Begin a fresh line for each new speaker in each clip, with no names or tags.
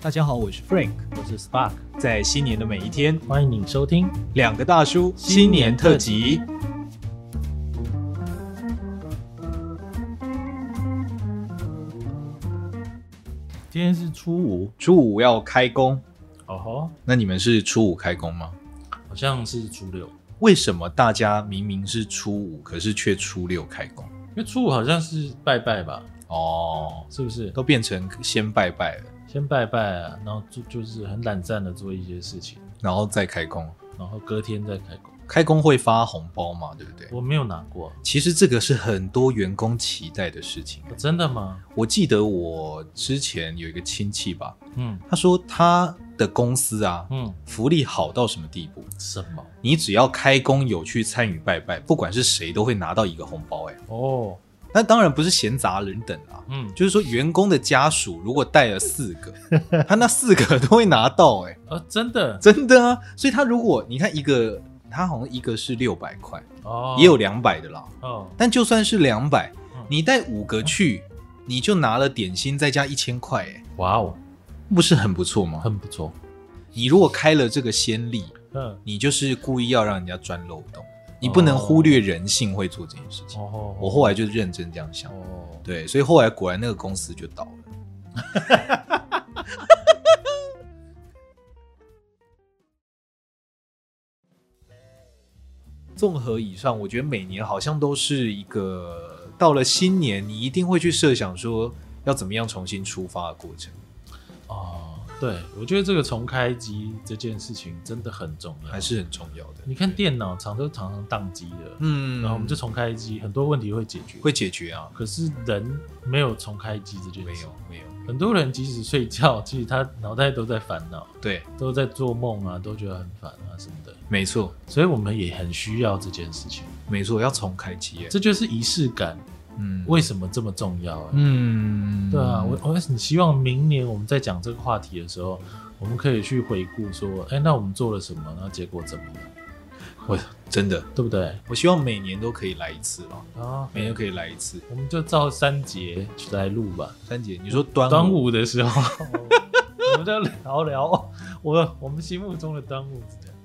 大家好，我是 Frank，
我是 Spark，
在新年的每一天，
欢迎你收听。
两个大叔新
新
年
年
特
特
辑
辑。今天是初五，
初五要开工，
哦吼，
那你们是初五开工吗？
好像是初六，
为什么大家明明是初五，可是却初六开工？
因为初五好像是拜拜吧，
哦，
是不是？
都变成先拜拜了，
先拜拜啊，然后就就是很懒散的做一些事情，
然后再开工。
然后隔天再开工。哦
开工会发红包嘛，对不对？
我没有拿过，
其实这个是很多员工期待的事情。
真的吗？
我记得我之前有一个亲戚吧，
嗯
他说他的公司啊，
嗯，
福利好到什么地步？
什么？
你只要开工有去参与拜拜，不管是谁都会拿到一个红包、欸。哎，
哦，
那当然不是闲杂人等啊，
嗯，
就是说员工的家属如果带了四个，他那四个都会拿到、欸。哎，
啊，真的
真的啊，所以他如果你看一个，他好像一个是六百块，
哦，
也有两百的啦。
哦，
但就算是两百
嗯，
你带五个去，你就拿了点心再加一千块，哎，
哇哦，
不是很不错吗？
很不错，
你如果开了这个先例，
嗯，
你就是故意要让人家钻漏洞，你不能忽略人性会做这件事情。
哦，
我后来就认真这样想，
哦，
对，所以后来果然那个公司就倒了。 综合以上，我觉得每年好像都是一个到了新年，你一定会去设想说要怎么样重新出发的过程，
哦，对，我觉得这个重开机这件事情真的很重要。
还是很重要的。
你看电脑常都常常宕机的，
嗯，
然后我们就重开机，很多问题会解决。
会解决啊？
可是人没有重开机这件
没
事
有，，没有，
很多人即使睡觉，其实他脑袋都在烦恼，
对，
都在做梦啊，都觉得很烦啊什么的。
没错，
所以我们也很需要这件事情，
没错，要重开机耶。
这就是仪式感
嗯，
为什么这么重要、啊？
嗯，
对啊，我我很希望明年我们在讲这个话题的时候，我们可以去回顾说，哎、那我们做了什么，然后结果怎么样，
我真的，
对不对？
我希望每年都可以来一次吧，
啊，
每年
有，
都可以来一次。
我们就照三节来录吧。
三姐，你说端
端午的时候，哦我们就聊聊我我们心目中的端午是这样，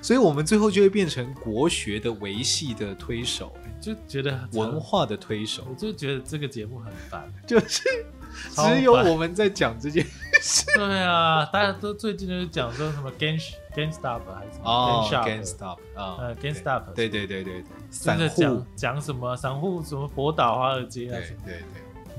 所以我们最后就会变成国学的维系的推手，
就觉得很
文，化的推手，
我就觉得这个节目很烦。
就是
嗯超烦
只有我们在讲这件
对啊，大家都最近就是讲说什么 Gan GameStop 还是什么
哦
GameStop，
，GameStop 啊
呃 GameStop
对对对对对，散
就是
户
讲，讲什么散户什么博导华尔街啊
对
什么。
对对。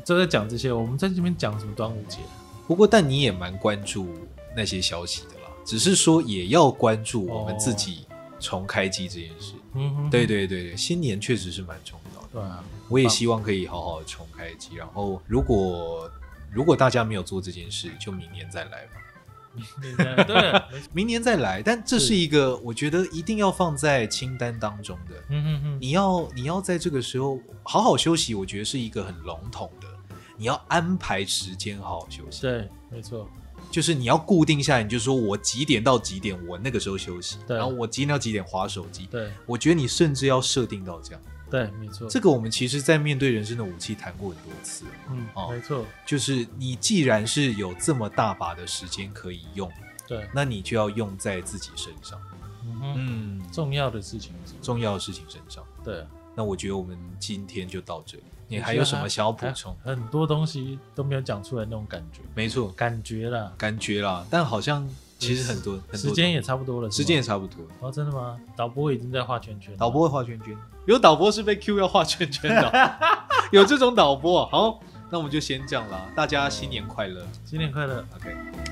都在讲这些，我们在这边讲什么端午节？
不过，但你也蛮关注那些消息的啦，只是说也要关注我
哦
们自己重开机这件事。
嗯哼，
对对对对，新年确实是蛮重要的，
对啊，
我也希望可以好好的重开机。然后，如果如果大家没有做这件事，就明年再来吧，
你的对，没错
明年再来。但这是
是
一个我觉得一定要放在清单当中的。
嗯哼哼，
你要你要在这个时候好好休息，我觉得是一个很笼统的。你要安排时间好好休息，
对，没错，
就是你要固定下来，你就说我几点到几点，我那个时候休息，
对
然后我几点到几点划手机。
对
我觉得你甚至要设定到这样，
对，没错，
这个我们其实在面对人生的武器谈过很多次，
嗯
哦，
没错，
就是你既然是有这么大把的时间可以用，
对，
那你就要用在自己身上，
嗯哼，
嗯，
重要的事情是吧，
重要的事情身上。
对，
那我觉得我们今天就到这里，你
啊
还有什么想要补充？
还很多东西都没有讲出来那种感觉，
没错，
感觉啦，
感觉啦，但好像其实很多很多
时间也差不多了，
时间也
是
差不多了。
吗哦，真的吗？导播已经在画圈圈了，
导播会画圈圈，有导播是被 Q 要画圈圈的， 有这种导播。好，那我们就先这样啦，大家新年快乐
新年快乐。
，OK。